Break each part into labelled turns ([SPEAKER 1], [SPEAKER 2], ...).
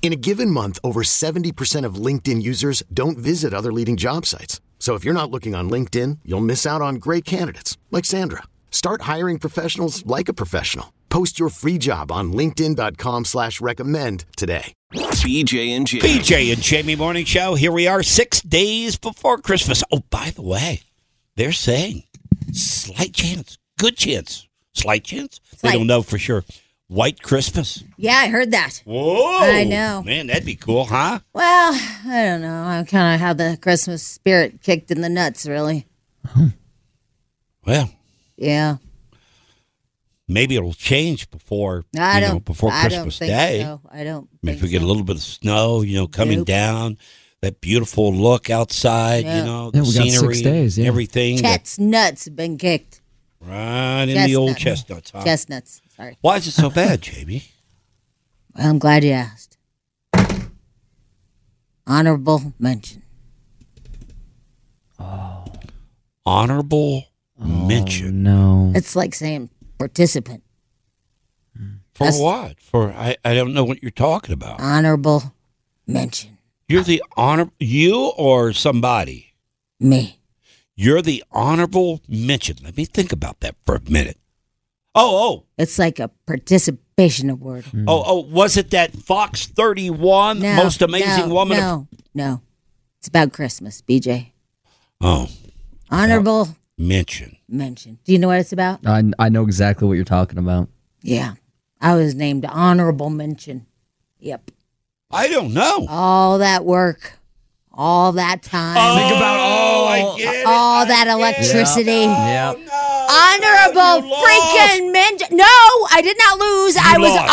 [SPEAKER 1] In a given month, over 70% of LinkedIn users don't visit other leading job sites. So if you're not looking on LinkedIn, you'll miss out on great candidates like Sandra. Start hiring professionals like a professional. Post your free job on linkedin.com slash recommend today.
[SPEAKER 2] BJ and Jamie.
[SPEAKER 3] BJ and Jamie Morning Show. Here we are, six days before Christmas. Oh, by the way, they're saying slight chance, good chance, slight chance. They
[SPEAKER 4] Slight.
[SPEAKER 3] don't know for sure. White Christmas.
[SPEAKER 4] Yeah, I heard that.
[SPEAKER 3] Whoa!
[SPEAKER 4] I know.
[SPEAKER 3] man. That'd be cool, huh?
[SPEAKER 4] Well, I don't know. I kind of had the Christmas spirit kicked in the nuts, really.
[SPEAKER 3] Well,
[SPEAKER 4] Yeah,
[SPEAKER 3] maybe it'll change before you
[SPEAKER 4] I don't.
[SPEAKER 3] know, before
[SPEAKER 4] I
[SPEAKER 3] Christmas
[SPEAKER 4] don't think
[SPEAKER 3] Day.
[SPEAKER 4] So. I
[SPEAKER 3] I
[SPEAKER 4] don't.
[SPEAKER 3] mean,
[SPEAKER 4] Think
[SPEAKER 3] if we get a little bit of snow, you know, coming
[SPEAKER 4] Nope.
[SPEAKER 3] down, that beautiful look outside, you
[SPEAKER 4] Yeah.
[SPEAKER 3] know,
[SPEAKER 5] Yeah,
[SPEAKER 3] the
[SPEAKER 5] we got six
[SPEAKER 3] scenery,
[SPEAKER 5] days, yeah.
[SPEAKER 3] everything,
[SPEAKER 4] so. Chet's nuts have been kicked.
[SPEAKER 3] right in the old
[SPEAKER 4] Chestnut.
[SPEAKER 3] chestnuts. Huh?
[SPEAKER 4] Chestnuts. Sorry.
[SPEAKER 3] Why is it so bad, Jamie?
[SPEAKER 4] Well, I'm glad you asked. Honorable mention.
[SPEAKER 3] honorable mention
[SPEAKER 5] No.
[SPEAKER 4] It's like saying participant.
[SPEAKER 3] for
[SPEAKER 4] that's-
[SPEAKER 3] what? For I, I don't know what you're talking about.
[SPEAKER 4] Honorable mention.
[SPEAKER 3] You're the honor you or somebody.
[SPEAKER 4] Me.
[SPEAKER 3] You're the honorable mention. Let me think about that for a minute. Oh, oh,
[SPEAKER 4] It's like a participation award.
[SPEAKER 3] oh, oh! Was it that Fox 31
[SPEAKER 4] No,
[SPEAKER 3] most amazing
[SPEAKER 4] no,
[SPEAKER 3] woman? of-
[SPEAKER 4] No, no. It's about Christmas, BJ.
[SPEAKER 3] oh,
[SPEAKER 4] Honorable
[SPEAKER 3] mention.
[SPEAKER 4] mention. Do you know what it's about?
[SPEAKER 5] I, I know exactly what you're talking about.
[SPEAKER 4] Yeah. I was named honorable mention. Yep.
[SPEAKER 3] I don't know.
[SPEAKER 4] All that work, all that time,
[SPEAKER 3] think about all.
[SPEAKER 4] oh,
[SPEAKER 3] I get it.
[SPEAKER 4] all that electricity.
[SPEAKER 5] Yeah.
[SPEAKER 4] oh, Honorable
[SPEAKER 3] Oh, You lost.
[SPEAKER 4] freaking mention. No, I did not lose. I
[SPEAKER 3] You
[SPEAKER 4] was
[SPEAKER 3] lost.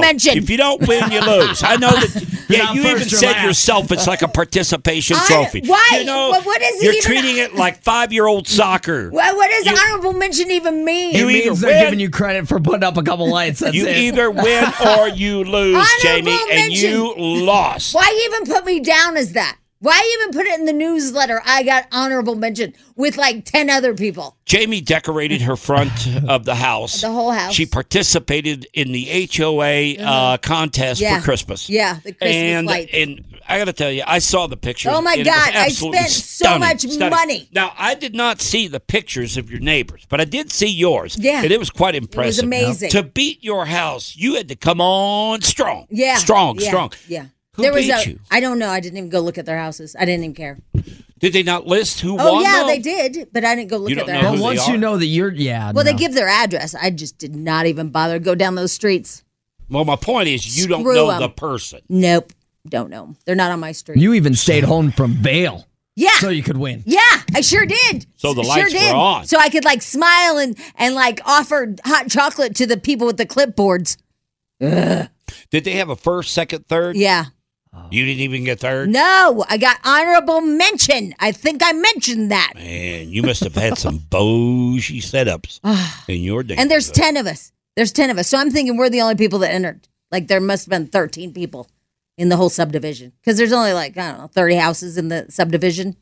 [SPEAKER 3] No.
[SPEAKER 4] mention.
[SPEAKER 3] If you don't win, you lose. I know that. Yeah,
[SPEAKER 5] not
[SPEAKER 3] you
[SPEAKER 5] first,
[SPEAKER 3] even
[SPEAKER 5] you're
[SPEAKER 3] said
[SPEAKER 5] last.
[SPEAKER 3] yourself it's like a participation
[SPEAKER 4] I-
[SPEAKER 3] trophy.
[SPEAKER 4] why?
[SPEAKER 3] You know,
[SPEAKER 4] What- what is it
[SPEAKER 3] you're
[SPEAKER 4] even-
[SPEAKER 3] treating it like five-year-old soccer.
[SPEAKER 4] Well, what does
[SPEAKER 3] You-
[SPEAKER 4] honorable mention even mean?
[SPEAKER 3] You
[SPEAKER 5] It
[SPEAKER 3] either
[SPEAKER 5] means
[SPEAKER 3] win-
[SPEAKER 5] they're giving you credit for putting up a couple lights. That's
[SPEAKER 3] you
[SPEAKER 5] it.
[SPEAKER 3] either win or you lose,
[SPEAKER 4] Honorable
[SPEAKER 3] Jamie, and you lost.
[SPEAKER 4] Why even put me down as that? Why even put it in the newsletter? I got honorable mention with like 10 other people.
[SPEAKER 3] Jamie decorated her front of the house.
[SPEAKER 4] The whole house. Uh-huh.
[SPEAKER 3] She participated in the HOA uh, contest
[SPEAKER 4] Yeah.
[SPEAKER 3] for Christmas.
[SPEAKER 4] Yeah, the Christmas
[SPEAKER 3] and,
[SPEAKER 4] lights.
[SPEAKER 3] And I got to tell you, I saw the pictures.
[SPEAKER 4] Oh, my
[SPEAKER 3] and it was
[SPEAKER 4] God, I
[SPEAKER 3] absolutely
[SPEAKER 4] spent so
[SPEAKER 3] stunning,
[SPEAKER 4] much
[SPEAKER 3] stunning.
[SPEAKER 4] money.
[SPEAKER 3] Now I did not see the pictures of your neighbors, but I did see yours.
[SPEAKER 4] Yeah.
[SPEAKER 3] and it was quite impressive.
[SPEAKER 4] amazing.
[SPEAKER 3] To beat your house, you had to come on strong.
[SPEAKER 4] Yeah.
[SPEAKER 3] strong,
[SPEAKER 4] yeah,
[SPEAKER 3] strong.
[SPEAKER 4] Yeah.
[SPEAKER 3] Who
[SPEAKER 4] there was
[SPEAKER 3] beat
[SPEAKER 4] a,
[SPEAKER 3] you?
[SPEAKER 4] I don't know. I didn't even go look at their houses. I didn't even care.
[SPEAKER 3] Did they not list who
[SPEAKER 4] Oh,
[SPEAKER 3] won?
[SPEAKER 4] yeah,
[SPEAKER 3] though?
[SPEAKER 4] they did, but I didn't go look
[SPEAKER 3] You
[SPEAKER 4] at
[SPEAKER 3] don't
[SPEAKER 4] their
[SPEAKER 3] know
[SPEAKER 5] But
[SPEAKER 3] who
[SPEAKER 4] houses.
[SPEAKER 3] they
[SPEAKER 5] once you
[SPEAKER 3] are.
[SPEAKER 5] know that you're, yeah.
[SPEAKER 4] Well, they
[SPEAKER 5] no.
[SPEAKER 4] give their address. I just did not even bother to go down those streets.
[SPEAKER 3] Well, my point is, you don't
[SPEAKER 4] Screw
[SPEAKER 3] know
[SPEAKER 4] 'em.
[SPEAKER 3] the person.
[SPEAKER 4] Nope. Don't know. 'em. They're not on my street.
[SPEAKER 5] You even stayed home from bail
[SPEAKER 4] yeah.
[SPEAKER 5] so you could win.
[SPEAKER 4] yeah, I sure did.
[SPEAKER 3] So the
[SPEAKER 4] S-
[SPEAKER 3] lights
[SPEAKER 4] sure
[SPEAKER 3] were
[SPEAKER 4] did.
[SPEAKER 3] on.
[SPEAKER 4] So I could like smile and and like offer hot chocolate to the people with the clipboards.
[SPEAKER 3] Did they have a first, second, third?
[SPEAKER 4] Yeah.
[SPEAKER 3] You didn't even get third.
[SPEAKER 4] No, I got honorable mention. I think I mentioned that.
[SPEAKER 3] Man, you must have had some bougie setups in your day.
[SPEAKER 4] Ah. And there's 10 of us. There's 10 of us. So I'm thinking we're the only people that entered. Like there must have been 13 people in the whole subdivision because there's only like, I don't know, 30 houses in the subdivision.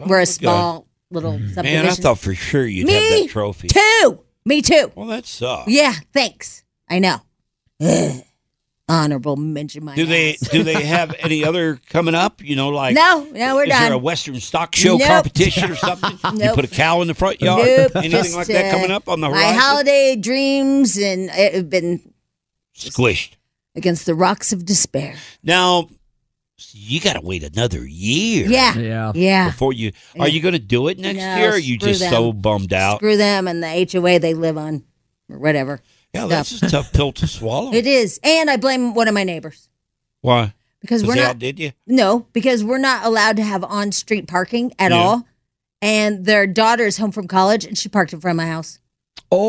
[SPEAKER 4] we're a
[SPEAKER 3] of a gun.
[SPEAKER 4] small little subdivision.
[SPEAKER 3] Man, I thought for sure you'd have
[SPEAKER 4] Me
[SPEAKER 3] that trophy.
[SPEAKER 4] too. Me too.
[SPEAKER 3] well, that sucks.
[SPEAKER 4] Yeah, thanks. I know. Ugh. Honorable mention my
[SPEAKER 3] Do they
[SPEAKER 4] ass.
[SPEAKER 3] do they have any other coming up? You know, like
[SPEAKER 4] No, no, we're
[SPEAKER 3] is
[SPEAKER 4] done.
[SPEAKER 3] there a Western stock show
[SPEAKER 4] Nope.
[SPEAKER 3] competition or something? You
[SPEAKER 4] Nope.
[SPEAKER 3] put a cow in the front yard.
[SPEAKER 4] Nope,
[SPEAKER 3] Anything
[SPEAKER 4] just,
[SPEAKER 3] like that
[SPEAKER 4] uh,
[SPEAKER 3] coming up on the horizon?
[SPEAKER 4] My holiday dreams and it have been
[SPEAKER 3] Squished.
[SPEAKER 4] against the rocks of despair.
[SPEAKER 3] Now you got to wait another year.
[SPEAKER 4] Yeah.
[SPEAKER 5] Yeah.
[SPEAKER 4] Yeah.
[SPEAKER 3] Before you are you going to do it next
[SPEAKER 4] No,
[SPEAKER 3] year? Or are you
[SPEAKER 4] screw
[SPEAKER 3] just so
[SPEAKER 4] them.
[SPEAKER 3] bummed out?
[SPEAKER 4] Screw them and the HOA they live on or whatever.
[SPEAKER 3] Yeah, that's just a tough pill to swallow.
[SPEAKER 4] It is. And I blame one of my neighbors
[SPEAKER 3] Why?
[SPEAKER 4] because we're
[SPEAKER 3] they
[SPEAKER 4] not
[SPEAKER 3] outdid you?
[SPEAKER 4] No, because we're not allowed to have on street parking at
[SPEAKER 3] Yeah.
[SPEAKER 4] all. And their daughter is home from college and she parked in front of my house.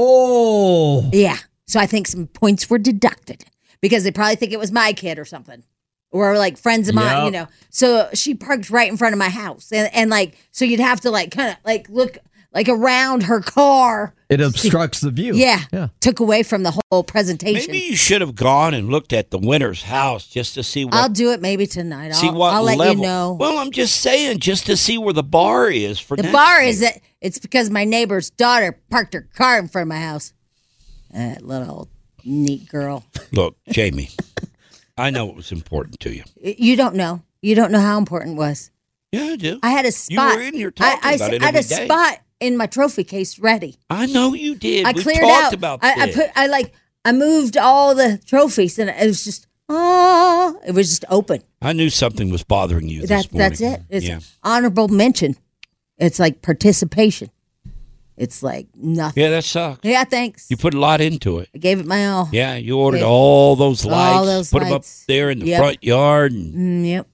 [SPEAKER 5] Oh,
[SPEAKER 4] Yeah. So I think some points were deducted because they probably think it was my kid or something. Or like friends of mine,
[SPEAKER 5] Yep.
[SPEAKER 4] you know. So she parked right in front of my house. And, and like, so you'd have to like kind of like look like around her car.
[SPEAKER 5] it obstructs the view.
[SPEAKER 4] Yeah.
[SPEAKER 5] Yeah.
[SPEAKER 4] Took away from the whole presentation.
[SPEAKER 3] Maybe you should have gone and looked at the winner's house just to see what
[SPEAKER 4] I'll do it maybe tonight. I'll,
[SPEAKER 3] see what
[SPEAKER 4] I'll let
[SPEAKER 3] level.
[SPEAKER 4] you know.
[SPEAKER 3] Well, I'm just saying, just to see where the bar is for
[SPEAKER 4] The
[SPEAKER 3] next
[SPEAKER 4] bar
[SPEAKER 3] year.
[SPEAKER 4] is that it's because my neighbor's daughter parked her car in front of my house. That little neat girl.
[SPEAKER 3] Look, Jamie, I know it was important to you.
[SPEAKER 4] You don't know. You don't know how important it was.
[SPEAKER 3] Yeah, I do.
[SPEAKER 4] I
[SPEAKER 3] I,
[SPEAKER 4] had a
[SPEAKER 3] You were
[SPEAKER 4] spot.
[SPEAKER 3] in here talking
[SPEAKER 4] I, I,
[SPEAKER 3] about it
[SPEAKER 4] I had a
[SPEAKER 3] every day.
[SPEAKER 4] spot in my trophy case ready.
[SPEAKER 3] know you did.
[SPEAKER 4] I
[SPEAKER 3] we
[SPEAKER 4] cleared
[SPEAKER 3] talked
[SPEAKER 4] out.
[SPEAKER 3] about
[SPEAKER 4] I, I
[SPEAKER 3] this.
[SPEAKER 4] put. I like. I moved all the trophies, and it was just. Oh, it was just open.
[SPEAKER 3] I knew something was bothering you.
[SPEAKER 4] That,
[SPEAKER 3] this morning.
[SPEAKER 4] that's it. It's
[SPEAKER 3] yeah.
[SPEAKER 4] honorable mention. It's like participation. It's like nothing.
[SPEAKER 3] yeah, that sucks.
[SPEAKER 4] Yeah, thanks.
[SPEAKER 3] You put a lot into it.
[SPEAKER 4] I gave it my all.
[SPEAKER 3] Yeah, you ordered
[SPEAKER 4] Yeah.
[SPEAKER 3] all those lights,
[SPEAKER 4] those
[SPEAKER 3] put them up
[SPEAKER 4] lights.
[SPEAKER 3] there in the
[SPEAKER 4] Yep.
[SPEAKER 3] front yard, and,
[SPEAKER 4] Mm, yep.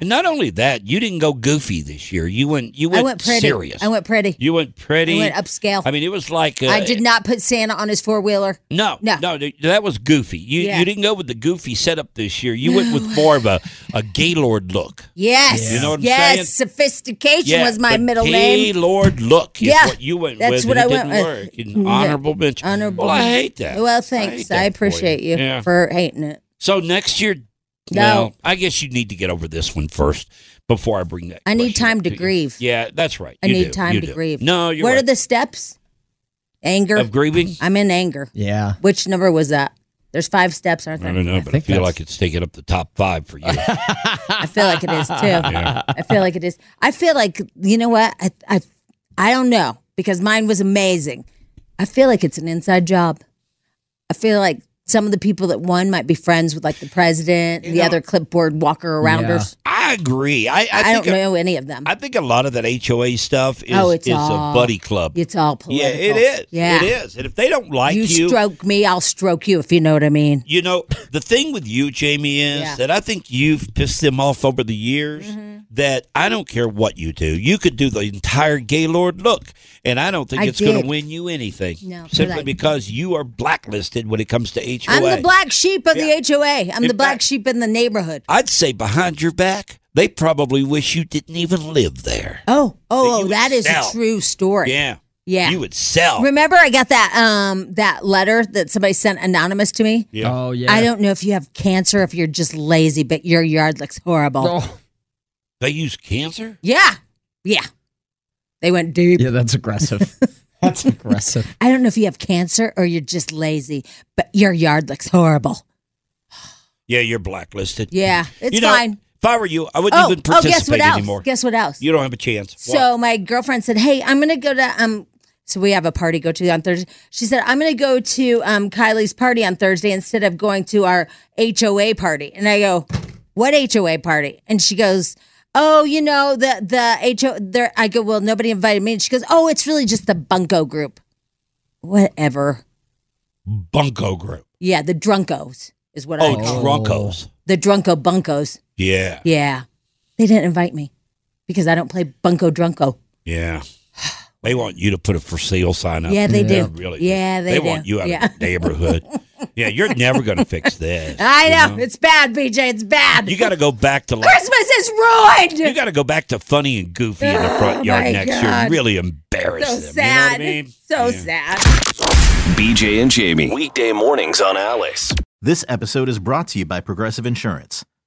[SPEAKER 3] and not only that, you didn't go goofy this year. You went, you went,
[SPEAKER 4] I went pretty.
[SPEAKER 3] serious.
[SPEAKER 4] I went pretty.
[SPEAKER 3] you went pretty.
[SPEAKER 4] I went upscale.
[SPEAKER 3] I mean, it was like I
[SPEAKER 4] I did not put Santa on his four wheeler.
[SPEAKER 3] No,
[SPEAKER 4] No.
[SPEAKER 3] no, th- that was goofy. You
[SPEAKER 4] Yeah.
[SPEAKER 3] you didn't go with the goofy setup this year. You went with more of a, a Gaylord look.
[SPEAKER 4] Yes.
[SPEAKER 3] You know what I'm
[SPEAKER 4] yes.
[SPEAKER 3] saying?
[SPEAKER 4] Sophistication was my
[SPEAKER 3] the
[SPEAKER 4] middle name.
[SPEAKER 3] Gaylord look is
[SPEAKER 4] Yeah,
[SPEAKER 3] what you went
[SPEAKER 4] that's
[SPEAKER 3] with.
[SPEAKER 4] what
[SPEAKER 3] and
[SPEAKER 4] I
[SPEAKER 3] it
[SPEAKER 4] went
[SPEAKER 3] didn't
[SPEAKER 4] with.
[SPEAKER 3] work. An
[SPEAKER 4] Yeah.
[SPEAKER 3] honorable mention.
[SPEAKER 4] Honorable.
[SPEAKER 3] Well, I hate that.
[SPEAKER 4] Well,
[SPEAKER 3] I hate
[SPEAKER 4] thanks.
[SPEAKER 3] that
[SPEAKER 4] I,
[SPEAKER 3] for you.
[SPEAKER 4] appreciate you,
[SPEAKER 3] Yeah.
[SPEAKER 4] for hating it.
[SPEAKER 3] So next year,
[SPEAKER 4] No.
[SPEAKER 3] well, I guess you need to get over this one first before I bring that.
[SPEAKER 4] I need
[SPEAKER 3] question
[SPEAKER 4] time
[SPEAKER 3] up
[SPEAKER 4] to
[SPEAKER 3] you.
[SPEAKER 4] grieve.
[SPEAKER 3] Yeah, that's right.
[SPEAKER 4] I
[SPEAKER 3] You
[SPEAKER 4] need
[SPEAKER 3] do.
[SPEAKER 4] time
[SPEAKER 3] You
[SPEAKER 4] to
[SPEAKER 3] do.
[SPEAKER 4] grieve.
[SPEAKER 3] No, you're
[SPEAKER 4] What
[SPEAKER 3] right.
[SPEAKER 4] are the steps? Anger.
[SPEAKER 3] of grieving?
[SPEAKER 4] I'm in anger.
[SPEAKER 5] Yeah.
[SPEAKER 4] Which number was that? There's five steps, aren't there?
[SPEAKER 3] I don't know, but I,
[SPEAKER 5] think
[SPEAKER 3] feel
[SPEAKER 5] that's-
[SPEAKER 3] like it's taking up the top five for you.
[SPEAKER 4] I feel like it is too. I feel like it is. I feel like you know what? I, I I don't know because mine was amazing. I feel like it's an inside job. I feel like some of the people that won might be friends with like the president, and the other clipboard walker arounders.
[SPEAKER 3] I agree. I, I,
[SPEAKER 4] I,
[SPEAKER 3] think
[SPEAKER 4] don't know any of them.
[SPEAKER 3] I think a lot of that HOA stuff is,
[SPEAKER 4] Oh, it's
[SPEAKER 3] is
[SPEAKER 4] all-
[SPEAKER 3] a buddy club.
[SPEAKER 4] it's all
[SPEAKER 3] yeah,
[SPEAKER 4] political.
[SPEAKER 3] it is.
[SPEAKER 4] Yeah,
[SPEAKER 3] It is. And if they don't like
[SPEAKER 4] you,
[SPEAKER 3] you, you,
[SPEAKER 4] stroke me, I'll stroke you. If you know what I mean.
[SPEAKER 3] know, the thing with you, Jamie, is
[SPEAKER 4] Yeah. Mm-hmm.
[SPEAKER 3] that I think you've pissed them off over the years that I don't care what you do. You could do the entire Gaylord look, and I don't think
[SPEAKER 4] I
[SPEAKER 3] it's going
[SPEAKER 4] did.
[SPEAKER 3] to win you anything.
[SPEAKER 4] No, but
[SPEAKER 3] simply
[SPEAKER 4] I-
[SPEAKER 3] because you are blacklisted when it comes to HOA.
[SPEAKER 4] I'm the black sheep of
[SPEAKER 3] Yeah.
[SPEAKER 4] the HOA. I'm
[SPEAKER 3] In
[SPEAKER 4] the black
[SPEAKER 3] fact-
[SPEAKER 4] sheep in the neighborhood.
[SPEAKER 3] I'd say behind your back, they probably wish you didn't even live there.
[SPEAKER 4] Oh, oh,
[SPEAKER 3] you
[SPEAKER 4] oh
[SPEAKER 3] would
[SPEAKER 4] that is
[SPEAKER 3] sell.
[SPEAKER 4] a true story.
[SPEAKER 3] Yeah.
[SPEAKER 4] Yeah.
[SPEAKER 3] You would sell.
[SPEAKER 4] Remember, I got that um that letter that somebody sent anonymous to me.
[SPEAKER 3] Yeah.
[SPEAKER 5] Oh yeah.
[SPEAKER 4] I don't know if you have cancer, if you're just lazy, but your yard looks horrible.
[SPEAKER 5] Oh,
[SPEAKER 3] they use cancer?
[SPEAKER 4] Yeah, yeah. They went deep.
[SPEAKER 5] yeah, that's aggressive. that's aggressive.
[SPEAKER 4] I don't know if you have cancer or you're just lazy, but your yard looks horrible.
[SPEAKER 3] Yeah, you're blacklisted.
[SPEAKER 4] Yeah, it's
[SPEAKER 3] You know,
[SPEAKER 4] fine.
[SPEAKER 3] If I were you, I wouldn't
[SPEAKER 4] Oh,
[SPEAKER 3] even
[SPEAKER 4] oh,
[SPEAKER 3] participate
[SPEAKER 4] guess what else?
[SPEAKER 3] anymore.
[SPEAKER 4] Guess what else?
[SPEAKER 3] you don't have a chance.
[SPEAKER 4] So my girlfriend said, "Hey, I'm gonna go to um." So we have a party go to on Thursday. She said, "I'm gonna go to um Kylie's party on Thursday instead of going to our HOA party." And I go, "What HOA party?" And she goes, "Oh, you know the the HO." There, I go, "Well, nobody invited me." And she goes, "Oh, it's really just the Bunko group." Whatever.
[SPEAKER 3] What? bunko group.
[SPEAKER 4] Yeah, the Drunkos is what
[SPEAKER 3] Oh,
[SPEAKER 4] I call them.
[SPEAKER 3] drunkos.
[SPEAKER 4] the Drunko Bunkos.
[SPEAKER 3] Yeah,
[SPEAKER 4] Yeah, they didn't invite me because I don't play Bunko Drunko.
[SPEAKER 3] yeah. They want you to put a for sale sign up.
[SPEAKER 4] Yeah, they do.
[SPEAKER 3] Really?
[SPEAKER 4] Yeah, they, do.
[SPEAKER 3] want you out
[SPEAKER 4] yeah.
[SPEAKER 3] of the neighborhood. yeah, you're never going to fix this.
[SPEAKER 4] I
[SPEAKER 3] you
[SPEAKER 4] know. It's bad, BJ. It's bad.
[SPEAKER 3] You got to go back to like.
[SPEAKER 4] Christmas is ruined.
[SPEAKER 3] You got to go back to funny and goofy in the front yard
[SPEAKER 4] Oh, my
[SPEAKER 3] next year.
[SPEAKER 4] God.
[SPEAKER 3] Really embarrass
[SPEAKER 4] so
[SPEAKER 3] them.
[SPEAKER 4] sad.
[SPEAKER 3] You know what I mean?
[SPEAKER 4] So
[SPEAKER 3] Yeah.
[SPEAKER 4] sad.
[SPEAKER 2] BJ and Jamie. Weekday mornings on Alice.
[SPEAKER 6] This episode is brought to you by Progressive Insurance.